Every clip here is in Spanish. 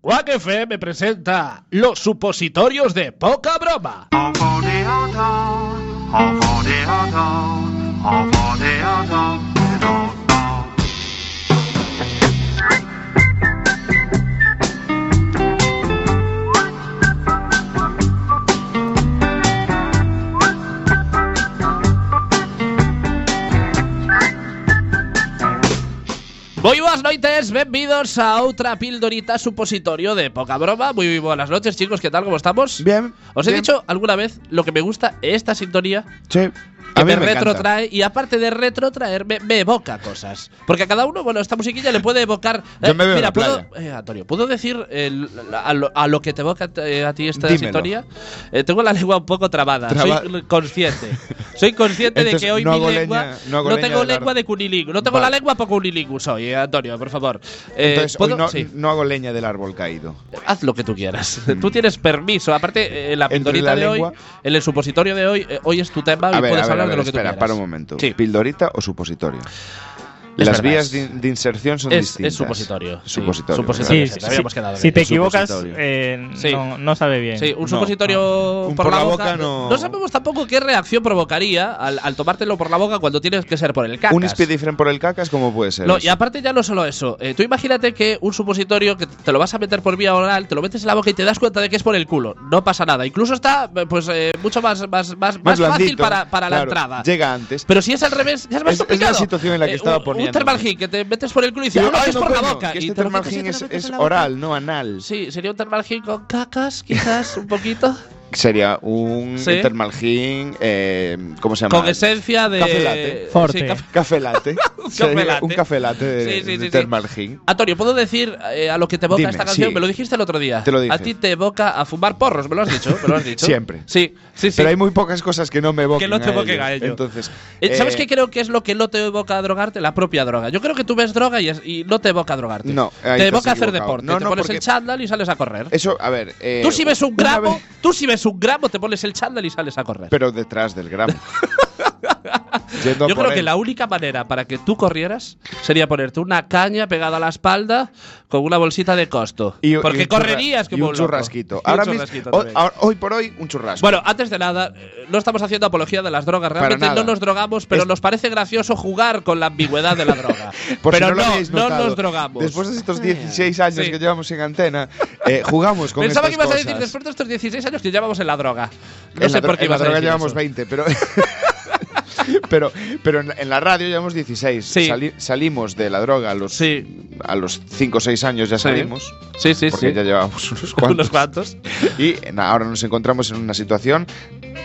Quack FM presenta los supositorios de poca broma. Muy buenas noches, bienvenidos a otra pildorita supositorio de poca broma. Muy buenas noches, chicos, ¿qué tal? ¿Cómo estamos? Bien. Os he bien. dicho alguna vez lo que me gusta esta sintonía Sí. que A mí me, me encanta. retrotrae y aparte de retrotraerme me evoca cosas. Porque a cada uno, bueno, esta musiquilla le puede evocar. Yo me veo en mira, la puedo, playa. eh, Antonio, ¿puedo decir el- a, lo, a lo que te evoca eh, a ti esta Dímelo. sintonía? Eh, tengo la lengua un poco trabada, Traba- soy consciente. Soy consciente de Entonces, que hoy no mi hago lengua leña- no hago leña tengo de la- lengua de cunilingus, no tengo Vale. la lengua poco cunilingus hoy, eh, Antonio, por favor. Eh, Entonces, hoy ¿puedo? no, Sí. no hago leña del árbol caído. Haz lo que tú quieras. Tú tienes permiso. Aparte, eh, la Entre pintorita la de hoy, lengua. en el supositorio de hoy, eh, hoy es tu tema y A ver, puedes a ver, hablar a ver, de lo que tú espera, quieras. para un momento. Sí. ¿Pildorita o supositorio? Es Las verdad, vías es- de, de inserción son es- es distintas. supositorio, sí. Supositorio. Supositorio. ¿verdad? Sí, Sí, sí, sí, habíamos quedado en si ello. te equivocas, Supositorio. eh, Sí. no, no sabe bien. Sí, un No. supositorio Un por, la boca. no. no. sabemos tampoco qué reacción provocaría al, al tomártelo por la boca cuando tienes que ser por el cacas. Un speedifren por el cacas, ¿cómo puede ser? No, eso? y aparte ya no solo eso. Eh, tú imagínate que un supositorio que te lo vas a meter por vía oral, te lo metes en la boca y te das cuenta de que es por el culo. No pasa nada. Incluso está eh, pues eh, mucho más, más, más, más fácil blandito, para, para la claro, entrada. Llega antes. Pero si es al revés, ya es más Es- es la complicado. Eh, situación en la que estaba un- Un poniéndome. thermal gin que te metes por el culo y dices, Digo, "Ah, no, que "Ay, es no, por la coño, boca. que y este te lo thermal metes y gin te lo es, metes es en la boca. oral, no anal. Sí, sería un thermal gin con cacas, quizás, un poquito. Sería un Sí. thermal gin, eh, ¿cómo se llama? con esencia de. Café latte. Forte. Sí, café- Café latte. Sería café latte. Un café latte de, Sí, sí, sí, de sí. thermal gin. Antonio, ¿puedo decir eh, a lo que te evoca Dime, esta canción? sí. Me lo dijiste el otro día. Te lo dije. A ti te evoca a fumar porros, me lo has dicho. ¿Me lo has dicho? Siempre. Sí, sí, sí. Pero hay muy pocas cosas que no me evoquen. Que no te evoquen ellos. a ello. Entonces, Eh, ¿Sabes eh, qué creo que es lo que no te evoca a drogarte? La propia droga. Yo creo que tú ves droga y, es- y no te evoca a drogarte. No, ahí te estás evoca hacer equivocado. deporte. No, te no, pones porque- el chándal y sales a correr. Eso, a ver. eh, tú si ves un una gramo, vez- tú si ves un gramo, te pones el chándal y sales a correr. pero detrás del gramo. Yendo a Yo por creo que él. la única manera para que tú corrieras sería ponerte una caña pegada a la espalda con una bolsita de costo. Y- y porque un churra- correrías y como un loco. churrasquito. Y un Ahora churrasquito mismo, hoy, también. ahora- hoy por hoy, un churrasco. Bueno, antes de nada, eh, no estamos haciendo apología de las drogas. Realmente nada. no nos drogamos, pero Es- nos parece gracioso jugar con la ambigüedad de la droga. Por si pero lo no, habéis no notado, nos drogamos. Después de estos 16 años Sí. que llevamos en antena, eh, jugamos con Pensaba que estas ibas a cosas. decir después de estos 16 años que llevamos en la droga. No En sé la por dro- qué en la ibas a droga decir llevamos eso. 20, pero. pero pero en, la- en la radio llevamos 16. Sí. Sali- salimos de la droga a los, Sí. a los 5 o 6 años, ya Sí. salimos. Sí, sí, porque sí. ya llevamos unos cuantos. Unos cuantos. y na, ahora nos encontramos en una situación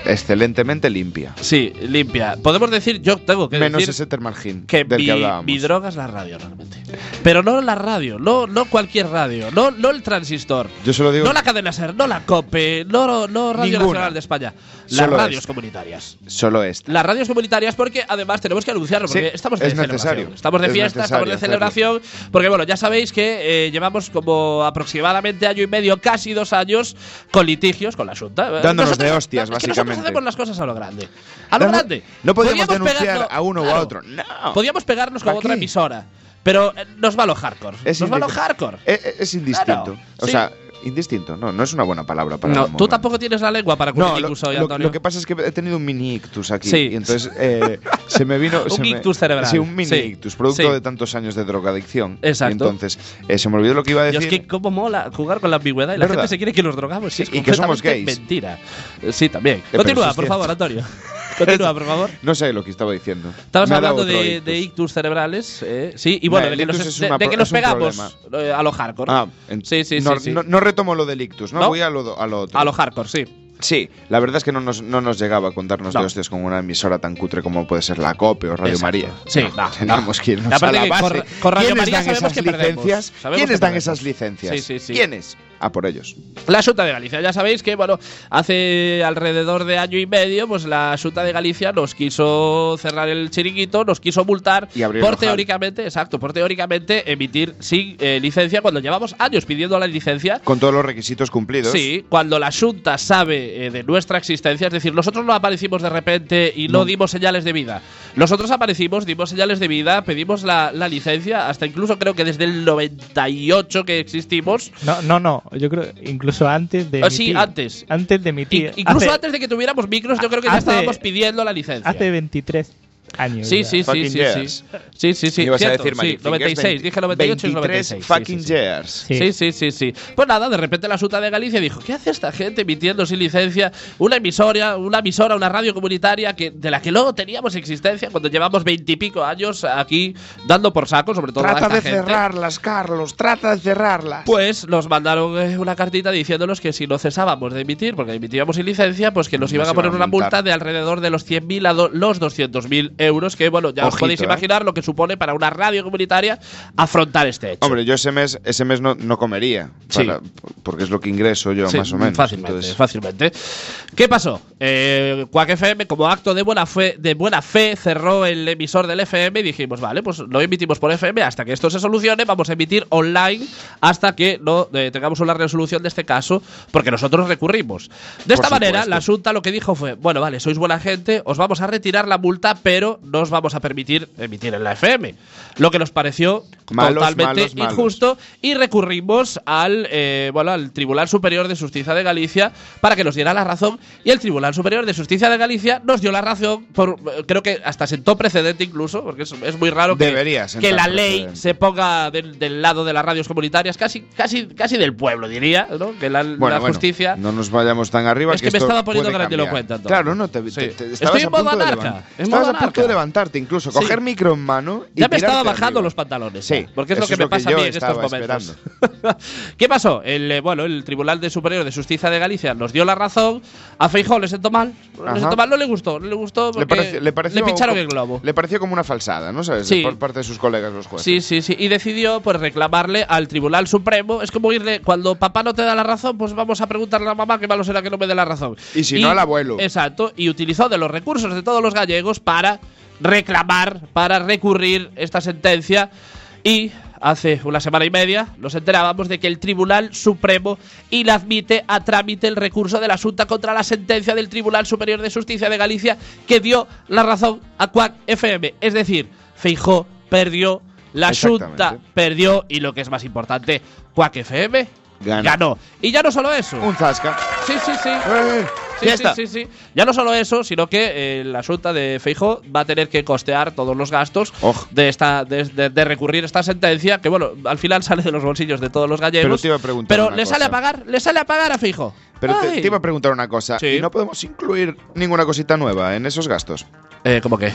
excelentemente limpia. Sí, limpia. Podemos decir, yo tengo que Menos decir ese termargin que, del mi, que hablábamos. mi droga es la radio realmente. Pero no la radio, no, no cualquier radio, no, no el transistor. Yo solo digo, No la cadena SER, no la COPE, no, no Radio Ninguna. Nacional de España. Las Solo radios esta. comunitarias. solo este. esta. Las radios comunitarias porque además tenemos que anunciarlo, porque Sí, estamos de es celebración. necesario. Estamos de Es fiesta, estamos necesario de hacerlo. celebración, porque bueno, ya sabéis que eh, llevamos como aproximadamente año y medio, casi dos años, con litigios con la Junta. Eh, Dándonos Nosotros- de hostias, es que nosotros básicamente. hacemos las cosas a lo grande. A lo No, no- grande. No podíamos Podríamos denunciar pegarlo- a uno o a claro. otro. No. Podíamos pegarnos con ¿Para otra qué? emisora, pero eh, nos va lo hardcore. Es nos va lo indiferente. hardcore. Eh, eh, Es indistinto. Claro, o sí. sea, indistinto. No, no es una buena palabra para el no, tú momento. tampoco tienes la lengua para No, cumplir lo, incluso hoy, lo- Antonio. lo que pasa es que he tenido un mini ictus aquí. Sí. Y entonces eh, se me vino. Un se me- ictus cerebral. Sí, un mini Sí, ictus, producto sí. de tantos años de drogadicción. Exacto. Y entonces eh, se me olvidó lo que iba a Yo decir. es que cómo mola jugar con la ambigüedad y la ¿Verdad? gente se quiere que los drogamos. Sí, es y que somos completamente gays. Mentira. Eh, Sí, también. pero Continúa, eso es por cierto. favor, Antonio. Continúa, por favor. No sé lo que estaba diciendo. Estabas Me ha dado hablando otro de, ictus. de ictus cerebrales, eh, sí, y bueno, No, de el que nos, ictus es de- una de pro- que nos es un pegamos eh, a lo hardcore. Ah, en- sí, sí, no, sí. sí. No, no retomo lo del ictus, ¿no? ¿No? Voy a lo, do- a lo otro. a lo hardcore, sí. Sí, la verdad es que no nos, no nos llegaba a contarnos No. de hostias con una emisora tan cutre como puede ser la COPE o Radio Exacto. María. Sí, no, Tenemos no. que irnos Y aparte a la que con base. Ra- con Radio ¿Quiénes María dan sabemos esas que perdemos. licencias? Sabemos que ¿Quiénes dan perdemos. esas licencias? Sí, sí, sí. ¿Quiénes? a por ellos. La Junta de Galicia, ya sabéis que, bueno, hace alrededor de año y medio, pues la Junta de Galicia nos quiso cerrar el chiringuito, nos quiso multar Y abrir el por ojal. teóricamente, exacto, por teóricamente emitir sin eh, licencia cuando llevamos años pidiendo la licencia. Con todos los requisitos cumplidos. Sí, cuando la Junta sabe eh, de nuestra existencia, es decir, nosotros no aparecimos de repente y no, dimos señales de vida. Nosotros aparecimos, dimos señales de vida, pedimos la, la licencia, hasta incluso creo que desde el 98 que existimos. No, no, no. Yo creo incluso antes de. Ah, sí, emitir. antes. Antes de In- emitir. incluso hace, antes de que tuviéramos micros, yo creo que ya hace- estábamos pidiendo la licencia. Hace 23 años. Sí, ya. sí, sí, Fucking sí, sí. years. Sí, sí, sí. Ibas a cierto, decir sí, Magic Fingers, 96, 20 dije 98 y es 96. 23 sí, fucking sí, sí. years. Sí. Sí, sí, sí, sí. Pues nada, de repente la Suta de Galicia dijo, ¿qué hace esta gente emitiendo sin licencia una emisora, una emisora, una radio comunitaria que, de la que luego teníamos existencia cuando llevamos veintipico años aquí dando por saco, sobre todo a esta gente? Carlos, trata de cerrarlas. Pues nos mandaron eh, una cartita diciéndonos que si no cesábamos de emitir, porque emitíamos sin licencia, pues que nos Nos iban a poner iban a una multa multar. de alrededor de los 100.000 a do- los 200.000 euros, que bueno, ya os Ojito, podéis eh. imaginar lo que supone para una radio comunitaria afrontar este hecho. Hombre, yo ese mes, ese mes no, no comería. Sí. para- porque es lo que ingreso yo, Sí, más o menos. Fácilmente, Entonces, fácilmente. ¿Qué pasó? Eh, Quack FM, como acto de buena, fe, de buena fe, cerró el emisor del FM y dijimos, vale, pues lo emitimos por FM hasta que esto se solucione, vamos a emitir online hasta que no eh, tengamos una resolución de este caso, porque nosotros recurrimos. De esta Por manera, supuesto. la Junta lo que dijo fue, bueno, vale, sois buena gente, os vamos a retirar la multa, pero no os vamos a permitir emitir en la FM. Lo que nos pareció Malos, totalmente malos, malos. injusto esto y recurrimos al eh, bueno al Tribunal Superior de Justicia de Galicia para que nos diera la razón y el Tribunal Superior de Justicia de Galicia nos dio la razón por eh, creo que hasta sentó precedente incluso porque es, es muy raro que, Debería sentar que la ley precedente. se ponga del, del lado de las radios comunitarias casi casi casi del pueblo diría ¿no? que la, bueno, la bueno, justicia no nos vayamos tan arriba. Es que me esto estaba poniendo puede grandilocuente, cambiar. entonces. Claro, no, te, te- Sí. te- Estoy estabas en a punto modo de anarca, levan- en Estabas modo a punto anarca. de levantarte, incluso Sí. coger micro en mano. Y ya me estaba tirarte bajando arriba. los pantalones. Sí, ya, porque es lo eso que me pasa a yo mí en estos estaba momentos. esperando. ¿Qué pasó? El, eh, bueno, el Tribunal de Superior de Justicia de Galicia nos dio la razón. A Feijó le sentó mal. Le Ajá. sentó mal, no le gustó. No le gustó porque Le, pareció, le, pareció pincharon co- el globo. Le pues pareció como una falsada, ¿no sabes? Sí. Por parte de sus colegas los jueces. Sí, sí, sí. Y decidió pues reclamarle al Tribunal Supremo. Es como irle, cuando papá no te da la razón, pues vamos a preguntarle a mamá qué malo será que no me dé la razón. Y si no, al abuelo. Exacto. Y utilizó de los recursos de todos los gallegos para reclamar, para recurrir esta sentencia. Y hace una semana y media nos enterábamos de que el Tribunal Supremo inadmite a trámite el recurso de la Junta contra la sentencia del Tribunal Superior de Justicia de Galicia que dio la razón a Cuac FM. Es decir, Feijó perdió, la Exactamente. Junta perdió y lo que es más importante, Cuac FM Ganó. ganó. Y ya no solo eso. Un zasca. Sí, sí, sí. ¡Eh! Sí, sí, ¡Fiesta! sí, sí. Ya no solo eso, sino que eh, la Junta de Feijo va a tener que costear todos los gastos Oj. de esta de, de- de recurrir esta sentencia, que bueno, al final sale de los bolsillos de todos los gallegos. Pero te iba a preguntar Pero una le cosa. sale a pagar, le sale a pagar a Feijo. Pero te, te iba a preguntar una cosa. Sí. ¿Y no podemos incluir ninguna cosita nueva en esos gastos? eh, ¿Cómo que?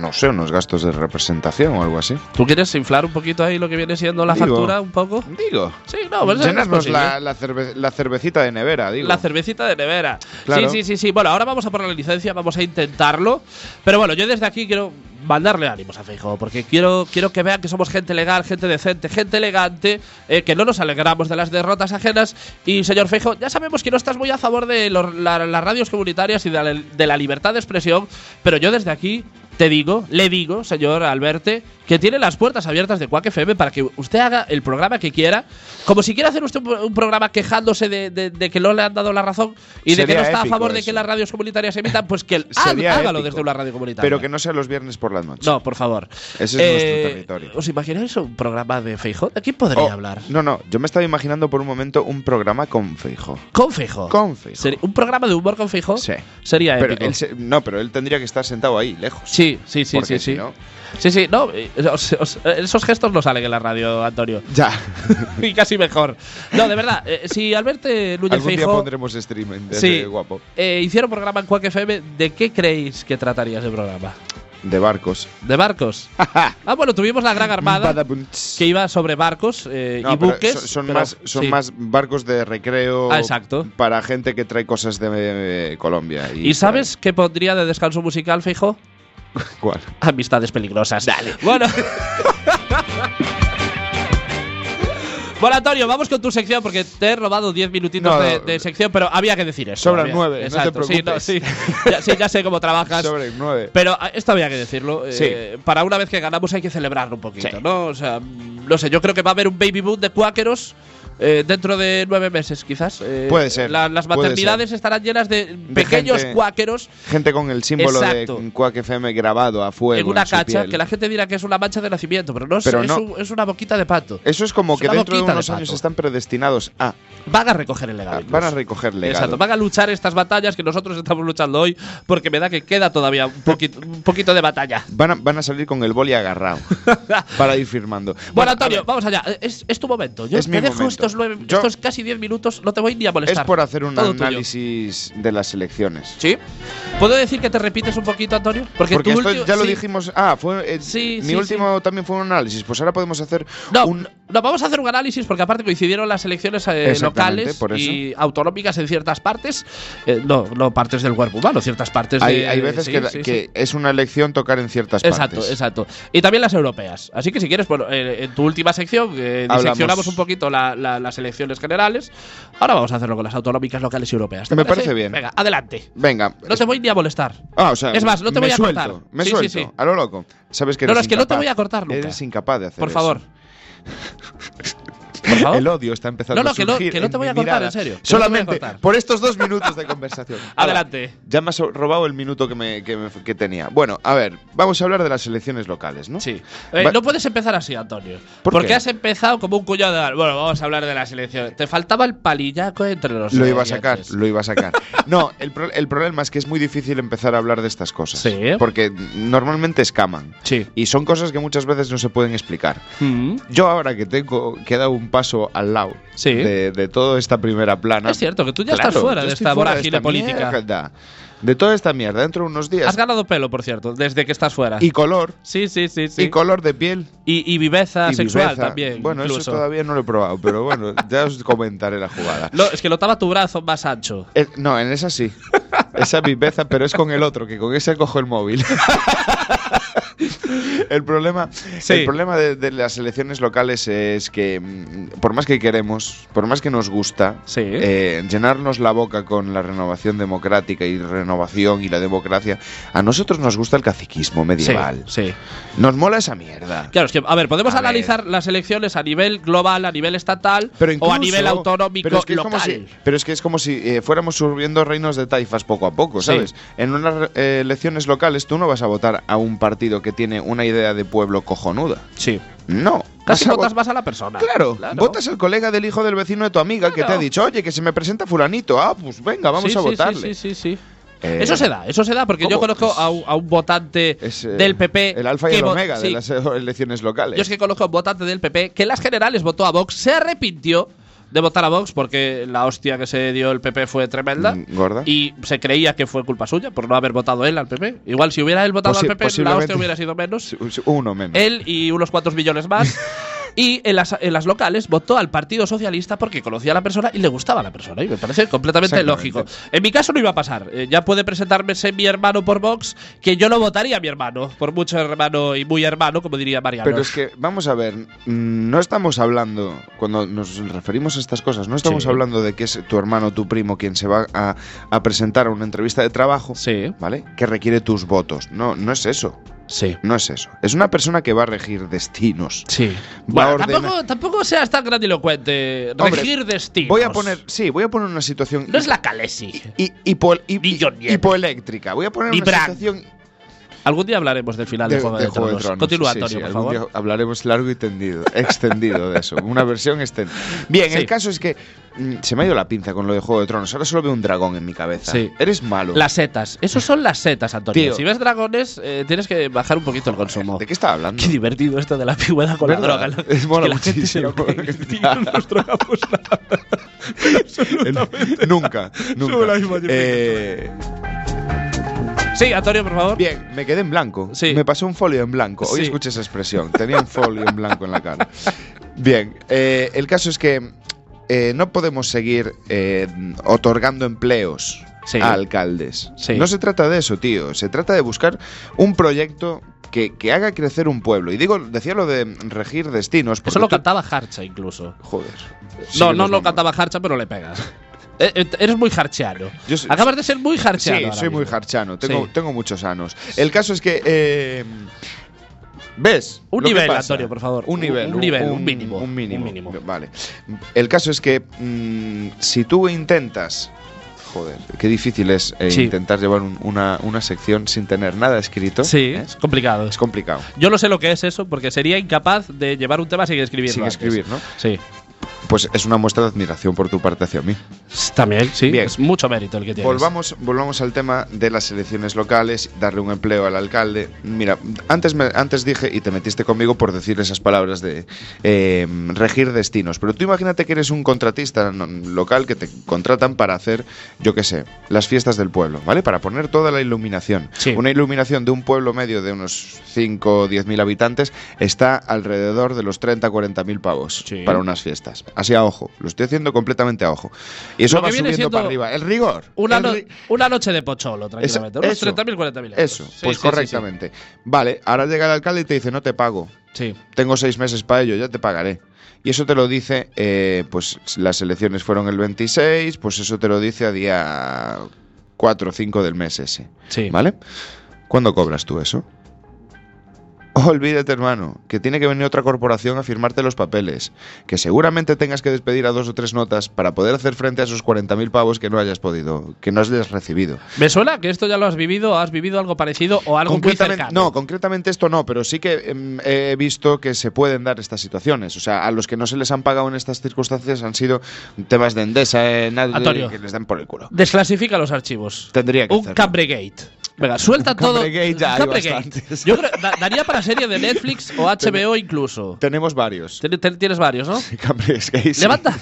No sé, unos gastos de representación o algo así. ¿Tú quieres inflar un poquito ahí lo que viene siendo la Digo. factura un poco? Digo. Sí, Oh. no, pues es Llenarnos posible. la, la cerve- la cervecita de nevera, digo. La cervecita de nevera. Claro. Sí, sí, sí, sí. Bueno, ahora vamos a por la licencia, vamos a intentarlo. Pero bueno, yo desde aquí quiero mandarle ánimos a Feijóo porque quiero, quiero que vean que somos gente legal, gente decente, gente elegante, eh, que no nos alegramos de las derrotas ajenas. Y señor Feijóo, ya sabemos que no estás muy a favor de los- la- las radios comunitarias y de la, de la libertad de expresión, pero yo desde aquí te digo, le digo, señor Alberte, que tiene las puertas abiertas de Quack FM para que usted haga el programa que quiera. Como si quiere hacer usted un, pro- un programa quejándose de, de- de que no le han dado la razón y de que Sería no está a épico favor de eso. que las radios comunitarias se emitan, pues que el- Sería hágalo épico. desde una radio comunitaria. Pero que no sea los viernes por la noche. No, por favor. Ese Eh, es nuestro territorio. ¿Os imagináis un programa de Feijóo? ¿De quién podría Oh, hablar? No, no, yo me estaba imaginando por un momento un programa con Feijo. Con Feijóo. Con Feijo. Seri- ¿Un programa de humor con Feijóo? Sí. Sería Pero épico. él se- no, pero él tendría que estar sentado ahí, lejos. Sí, sí, sí, Porque sí, si sí. no- Sí, sí, no, eh, os- os- esos gestos no salen en la radio, Antonio. Ya. y casi mejor. No, de verdad, eh, si Alberto Núñez Algún día Feijóo pondremos streaming de Sí. de guapo. eh, hiciera un programa en Quack FM, ¿de qué creéis que trataría ese programa? De barcos. ¿De barcos? ah, bueno, tuvimos la Gran Armada, Badabunts. que iba sobre barcos eh, No, y pero buques. son- Son, pero- más, son sí. más barcos de recreo Ah, exacto. para gente que trae cosas de eh, Colombia. ¿Y, ¿Y sabes qué pondría de descanso musical, Feijóo? cuál? Amistades peligrosas. Dale. Bueno. Bueno, Antonio, vamos con tu sección porque te he robado 10 minutitos No, de, no. de sección, pero había que decir eso. Sobran había- nueve, no te exacto, sí, preocupes. sí, ya, sí, ya sé cómo trabajas. Sobre 9. Pero ah, esto había que decirlo. eh, para una vez que ganamos hay que celebrarlo un poquito, Sí. ¿no? O sea, mm, no sé, yo creo que va a haber un baby boom de cuáqueros eh, dentro de nueve meses, quizás. Eh, Puede ser, la- las puede maternidades estarán llenas de pequeños gente- cuáqueros Gente con el símbolo de Exacto. Quack FM grabado a fuego. en una su cacha piel. que la gente dirá que es una mancha de nacimiento, pero no es, Pero es no. Eh, un- es una boquita de pato. Eso es como Es que una dentro de boquita de unos pato. años están predestinados a. Van a recoger el legado. a- incluso. ah, van a recoger legado. Exacto, van a luchar estas batallas que nosotros estamos luchando hoy, porque me da que queda todavía un poquito, un poquito de batalla. Van a, van a salir con el boli agarrado para ir firmando. a Bueno, Antonio, ver, vamos allá. Es, es tu momento. Yo Es te mi dejo momento. estos, nueve- Yo- estos casi 10 minutos, no te voy ni a molestar. es por hacer un Todo tuyo. análisis de las elecciones. ¿Sí? ¿Puedo decir que te repites un poquito, Antonio? Porque, Porque tu esto último- ya lo sí. dijimos. Ah, fue. eh, Sí, mi sí, último también fue un análisis. Pues ahora podemos hacer No, un. no, vamos a hacer un análisis porque aparte coincidieron las elecciones eh, Exactamente, locales por eso. y autonómicas en ciertas partes. Eh, no, no partes del cuerpo humano, ciertas partes Hay, Pues de- hay veces sí, que, sí, que sí. es una elección tocar en ciertas Exacto, partes. exacto. Y también las europeas. Así que si quieres, bueno, eh, en tu última sección eh, Hablamos. diseccionamos un poquito la- la- las elecciones generales. Ahora vamos a hacerlo con las autonómicas locales y europeas. ¿Te Me parece bien. Venga, adelante. Venga. No te voy ni a molestar. Ah, o sea, Es más, no te me voy a suelto, cortar. Me Sí, sí, suelto, sí. a lo loco. Sabes que No, no, eres es que no te incapaz. voy a cortar nunca. Eres incapaz de hacer Por eso. favor. Por favor. El odio está empezando No, no, a que no- surgir que no en te voy a mi cortar, mirada. en serio, que no te voy a Solamente cortar. por estos dos minutos de conversación. Adelante. Ahora, Ya me has robado el minuto que, me, que, me- que tenía. Bueno, a ver, vamos a hablar de las elecciones locales, ¿no? Sí. Eh, Va- no puedes empezar así, Antonio. ¿Por porque qué? has empezado como un cuñado de. Bueno, vamos a hablar de las elecciones. Te faltaba el palillaco entre los. Lo iba a oyentes. sacar, lo iba a sacar. No, el, pro- el problema es que es muy difícil empezar a hablar de estas cosas. Sí. Porque normalmente escaman. Sí. Y son cosas que muchas veces no se pueden explicar. Mm. Yo ahora que tengo que he dado un paso al lado Sí. de, de toda esta primera plana. Es cierto que tú ya Claro, estás fuera yo de estoy esta fuera de vorágine esta política. mierda. de toda esta mierda, dentro de unos Has días. ganado pelo, por cierto, desde que estás fuera. Y color, sí, sí, sí. sí. y color de piel. Y- y viveza y sexual viveza. también. Bueno, incluso. eso todavía no lo he probado, pero bueno, ya os comentaré la jugada. No, es que notaba tu brazo más ancho. Eh, no, en esa sí. Esa viveza, pero es con el otro, que con ese cojo el móvil. el problema, Sí. el problema de, de las elecciones locales es que, mm, por más que queremos, por más que nos gusta, Sí. eh, llenarnos la boca con la renovación democrática y renovación y la democracia, a nosotros nos gusta el caciquismo Sí, medieval. sí. Nos mola esa mierda. Claro, es que, a ver, podemos A ver. analizar las elecciones a nivel global, a nivel estatal Pero o a incluso- nivel autonómico pero es que es local. como si- pero es que es como si eh, fuéramos subiendo reinos de taifas poco a poco, ¿sabes? Sí. En unas eh, elecciones locales tú no vas a votar a un partido que tiene una idea de pueblo cojonuda. Sí. No. Casi Vas a votas vot- más a la persona. Claro, votas al colega del hijo del vecino de tu amiga que te ha Claro. dicho, oye, que se me presenta fulanito. Ah, pues venga, vamos Sí, a sí, sí, votarle. Sí, sí, sí. Eh, Eso se da, eso se da, porque yo ¿cómo? conozco Es- a un, a un votante es, eh, del PP. El alfa y que el vo- omega de sí, las elecciones locales. Yo es que conozco a un votante del PP que en las generales votó a Vox, se arrepintió de votar a Vox porque la hostia que se dio el PP fue tremenda. Mm, Gorda. Y se creía que fue culpa suya por no haber votado él al PP. Igual si hubiera él votado Posi- al PP, la posiblemente. hostia hubiera sido menos. Uno menos. Él y unos cuantos millones más. y en las, en las locales votó al Partido Socialista porque conocía a la persona y le gustaba a la persona. Y me parece completamente Exactamente. lógico. En mi caso no iba a pasar. Eh, ya puede presentarme ese mi hermano por Vox, que yo no votaría a mi hermano. Por mucho hermano y muy hermano, como diría Mariano. Pero es que, vamos a ver, mm, no estamos hablando, cuando nos referimos a estas cosas, no estamos Sí. hablando de que es tu hermano, tu primo, quien se va a, a presentar a una entrevista de trabajo, Sí, ¿vale? Que requiere tus votos. No, no es eso, sí. no es eso. Es una persona que va a regir destinos. Sí. Va a Bueno, ordenar- tampoco, tampoco seas tan grandilocuente. Hombre, Regir destinos. Voy a poner, sí, voy a poner una situación No es la Calesi. hi- hipo- hi- Ni John Nieve. hipoeléctrica. Voy a poner Ni una Brandt. situación Algún día hablaremos del final de, Juego de, Tronos. Continúa, Sí, Antonio, sí, por algún favor. día hablaremos largo y tendido, extendido de eso. Una versión extendida. Bien, Sí. el caso es que mm, se me ha ido la pinza con lo de Juego de Tronos. Ahora solo veo un dragón en mi cabeza. Sí. Eres malo. Las setas. Esos son las setas, Antonio. Tío. Si ves dragones, eh, tienes que bajar un poquito el consumo. ¿De qué está hablando? Qué divertido esto de la pigüeda con ¿Verdad? la droga. Es mola que la gente se lo muchísimo. cree, tío, no nos drogamos nada. El- nunca, Sube nunca. la misma Eh, Sí, Antonio, por favor. bien, me quedé en blanco. Sí. Me pasó un folio en blanco. Hoy Sí. escuché esa expresión. Tenía un folio en blanco en la cara. Bien, eh, el caso es que eh, no podemos seguir eh, otorgando empleos Sí. a alcaldes. Sí. No se trata de eso, tío. Se trata de buscar un proyecto que, que haga crecer un pueblo. Y digo, decía lo de regir destinos. porque Eso lo pues tú- cantaba Harcha incluso. Joder. Sí que no, no los lo nombro. cantaba Harcha, pero le pegas. Eh, eh, Eres muy harcheano. Yo soy- Acabas de ser muy harcheano. Sí, ahora soy muy mismo. harchano. Tengo, Sí. tengo muchos anos. El caso es que. eh, ¿Ves? Un lo que nivel, pasa? Antonio, por favor. Un Un- nivel. un nivel, un mínimo, Un mínimo. un mínimo. Vale. El caso es que mm, si tú intentas. Joder, qué difícil es eh, Sí. intentar llevar un- una, una sección sin tener nada escrito. Sí, ¿eh? es complicado. Es complicado. Yo no sé lo que es eso porque sería incapaz de llevar un tema sin escribirlo. sin antes. escribir, ¿no? Sí. Pues es una muestra de admiración por tu parte hacia mí. S- También, sí. Bien. Es mucho mérito el que tienes. Volvamos, volvamos al tema de las elecciones locales, darle un empleo al alcalde. Mira, antes, me- antes dije y te metiste conmigo por decir esas palabras de eh, regir destinos, pero tú imagínate que eres un contratista no- local que te contratan para hacer, yo qué sé, las fiestas del pueblo, ¿vale? Para poner toda la iluminación. Sí. Una iluminación de un pueblo medio de unos 5 o 10 mil habitantes está alrededor de los 30 o 40 mil pavos Sí. para unas fiestas. Así a ojo, lo estoy haciendo completamente a ojo. Y eso Lo que va viene subiendo siendo para arriba. El rigor. Una, el no- ri- una noche de pocholo, tranquilamente. Unos eso. 30.000, 40.000 euros. Eso, Sí, pues sí, sí, correctamente. Vale, ahora llega el alcalde y te dice, no te pago. Sí. Tengo seis meses para ello, ya te pagaré. Y eso te lo dice, eh, pues las elecciones fueron el 26, pues eso te lo dice a día 4 o 5 del mes ese. Sí. sí. ¿Vale? ¿Cuándo cobras tú eso? Olvídate, hermano, que tiene que venir otra corporación a firmarte los papeles, que seguramente tengas que despedir a dos o tres notas para poder hacer frente a esos 40.000 pavos que no hayas podido, que no hayas recibido. Me suena que esto ya lo has vivido, has vivido algo parecido o algo muy Concretamente- cercano. No, concretamente esto no, pero sí que em, he visto que se pueden dar estas situaciones. O sea, a los que no se les han pagado en estas circunstancias han sido temas de Endesa, eh, nada de- Antonio. que les dan por el culo. Desclasifica los archivos. Tendría que Un hacerlo. Cambregate. Venga, suelta Un todo. Cambregate ya hay Cambregate. bastantes. Yo creo, da- daría para serie de Netflix o HBO incluso. Tenemos varios. Ten- ten- Tienes varios, ¿no? Cambridge Gates. Levanta,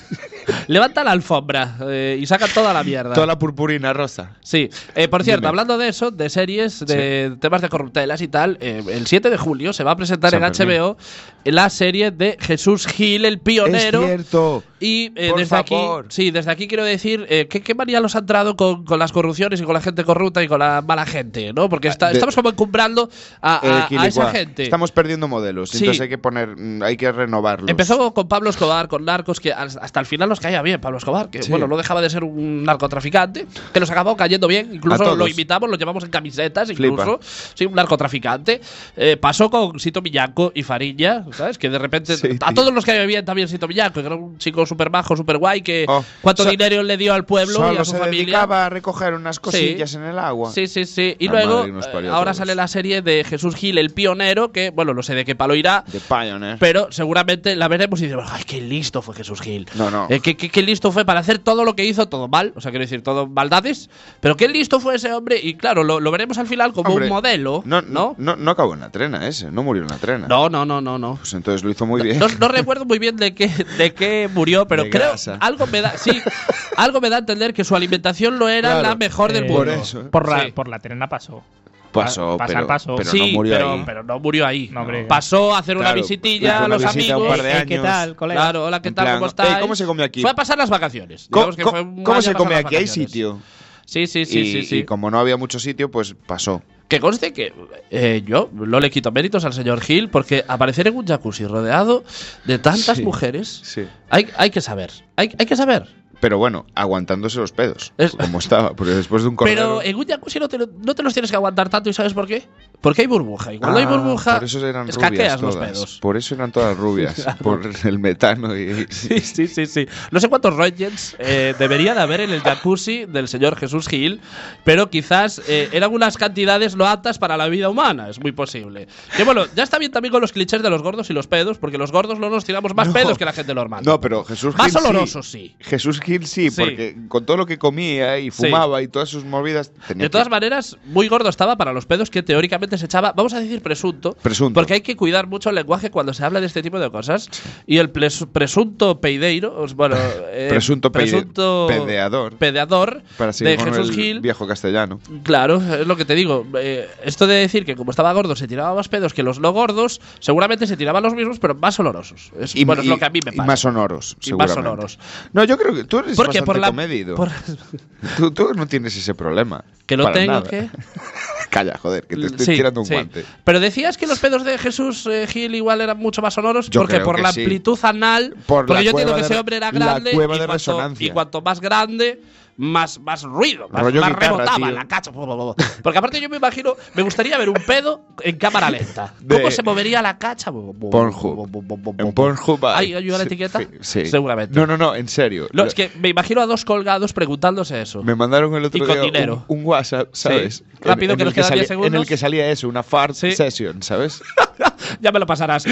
levanta la alfombra eh, y saca toda la mierda. Toda la purpurina rosa. Sí, Eh, por cierto, Dime. hablando de eso, de series, de temas de corruptelas y tal, eh, el 7 de julio se va a presentar San en HBO la serie de Jesús Gil, el pionero. Es cierto. Y eh, Por desde favor. aquí, sí, desde aquí quiero decir eh, que qué manía los ha entrado con, con las corrupciones y con la gente corrupta y con la mala gente, ¿no? Porque está- Ah, de- estamos como encumbrando a, a- Eh, a esa Quilicua, gente. Estamos perdiendo modelos, Sí. entonces hay que poner, mm, hay que renovarlos. Empezó con Pablo Escobar, con narcos, que as- hasta el final nos caía bien Pablo Escobar, que Sí. bueno, no dejaba de ser un narcotraficante, que nos acabó cayendo bien, A incluso todos. lo invitamos, lo llevamos en camisetas, Flipa. incluso, sí, un narcotraficante. Eh, pasó con Sito Millanco y Fariña, ¿sabes? Que de repente Sí, a tío. todos los caía bien también Sito Millanco, que era un chico súper bajo, súper guay, que Oh, cuánto so- dinero le dio al pueblo y Solo a su se familia. dedicaba a recoger unas cosillas en el agua. Sí, sí, sí. Y La luego, madre que nos eh, parió a ahora todos. sale la serie de Jesús Gil, el pionero, que, bueno, no sé de qué palo irá, The Pioneer. pero seguramente la veremos y diremos, ay, qué listo fue Jesús Gil. No, no. Eh, qué, qué- qué listo fue para hacer todo lo que hizo, todo mal, o sea, quiero decir, todo maldades, pero qué listo fue ese hombre y claro, lo, lo veremos al final como Hombre, un modelo, No, ¿no? no, no, no acabó en la trena ese, no murió en la trena. No, no, no, no, no. Pues entonces lo hizo muy bien. No, no recuerdo muy bien de qué, de qué murió, pero De creo grasa. algo me da, sí, algo me da a entender que su alimentación no era Claro, la mejor del eh, mundo. por eso. Por la, Sí. por la trena pasó. pasó, pasar pero, pasó. pero sí, no murió pero, ahí. pero no murió ahí. No, hombre. Pasó a hacer una Claro, visitilla hizo a una Ah, los visita un amigos. par de Eh, ¿Qué años. tal, colega? Claro, hola, ¿qué En tal? plan, ¿Cómo "Ey, estáis? ¿cómo se come aquí? Fue a pasar las vacaciones. ¿Cómo, Digamos que fue un cómo año se a pasar come las aquí? Hay vacaciones. sitio. Sí, sí, sí, y, sí. sí. y como no había mucho sitio, pues pasó. Que conste que eh, yo no le quito méritos al señor Gil porque aparecer en un jacuzzi rodeado de tantas Sí. mujeres hay, hay que saber. Hay, hay que saber. Pero bueno, aguantándose los pedos. Es- Como estaba, porque después de un Pero cordero. en un jacuzzi no te, lo- no te los tienes que aguantar tanto y ¿sabes por qué? Porque hay burbuja. Y cuando hay Ah, burbuja, por eso eran rubias escaqueas los todas. pedos. Por eso eran todas rubias. Por el metano y. Sí, sí, sí, sí. No sé cuántos Rogers eh, debería de haber en el jacuzzi del señor Jesús Gil, pero quizás eh, eran unas cantidades no aptas para la vida humana, es muy posible. Que bueno, ya está bien también con los clichés de los gordos y los pedos, porque los gordos no nos tiramos más No. pedos que la gente normal. No, pero Jesús más Gil sí. olorosos, sí. Jesús Gil sí, Sí. porque con todo lo que comía y fumaba y todas sus movidas tenía De todas que- maneras, muy gordo estaba para los pedos que teóricamente se echaba, vamos a decir presunto, Presunto. porque hay que cuidar mucho el lenguaje cuando se habla de este tipo de cosas. Y el ples- presunto peideiro, os- bueno, eh, Presunto peide- presunto pedeador. pedeador para seguir de con Jesús el Gil. viejo castellano. Claro, es lo que te digo. Eh, esto de decir que como estaba gordo se tiraba más pedos que los no gordos, seguramente se tiraban los mismos, pero más olorosos. Es, bueno, es lo que a mí me y pasa. más sonoros, Y más seguramente. sonoros. No, yo creo que tú eres Porque bastante por la. comedido. por- Tú, tú no tienes ese problema. que no Para tengo nada. que. Calla, joder, que te estoy Sí, tirando un sí. guante. Pero decías que los pedos de Jesús eh, Gil igual eran mucho más sonoros Yo porque creo por que la sí. amplitud anal. Por porque la yo entiendo cueva que de ese re- hombre la era grande. cueva y, de cuanto, resonancia. y cuanto más grande. Más, más ruido, más, Rollo más guitarra, rebotaba tío. la cacha. Porque aparte, yo me imagino, me gustaría ver un pedo en cámara lenta. De- ¿Cómo se movería la cacha? Pornhub. En Pornhub. hay- Ay, ¿hay una Sí, etiqueta? Sí. Seguramente. No, no, no, en serio. No, Lo- es que me imagino a dos colgados preguntándose eso. Me mandaron el otro Y con día un- dinero. Un, WhatsApp, ¿sabes? Rápido, que el nos quedan salía- 10 En segundos. el que salía eso, una fart Sí. session, ¿sabes? ya me lo pasarás.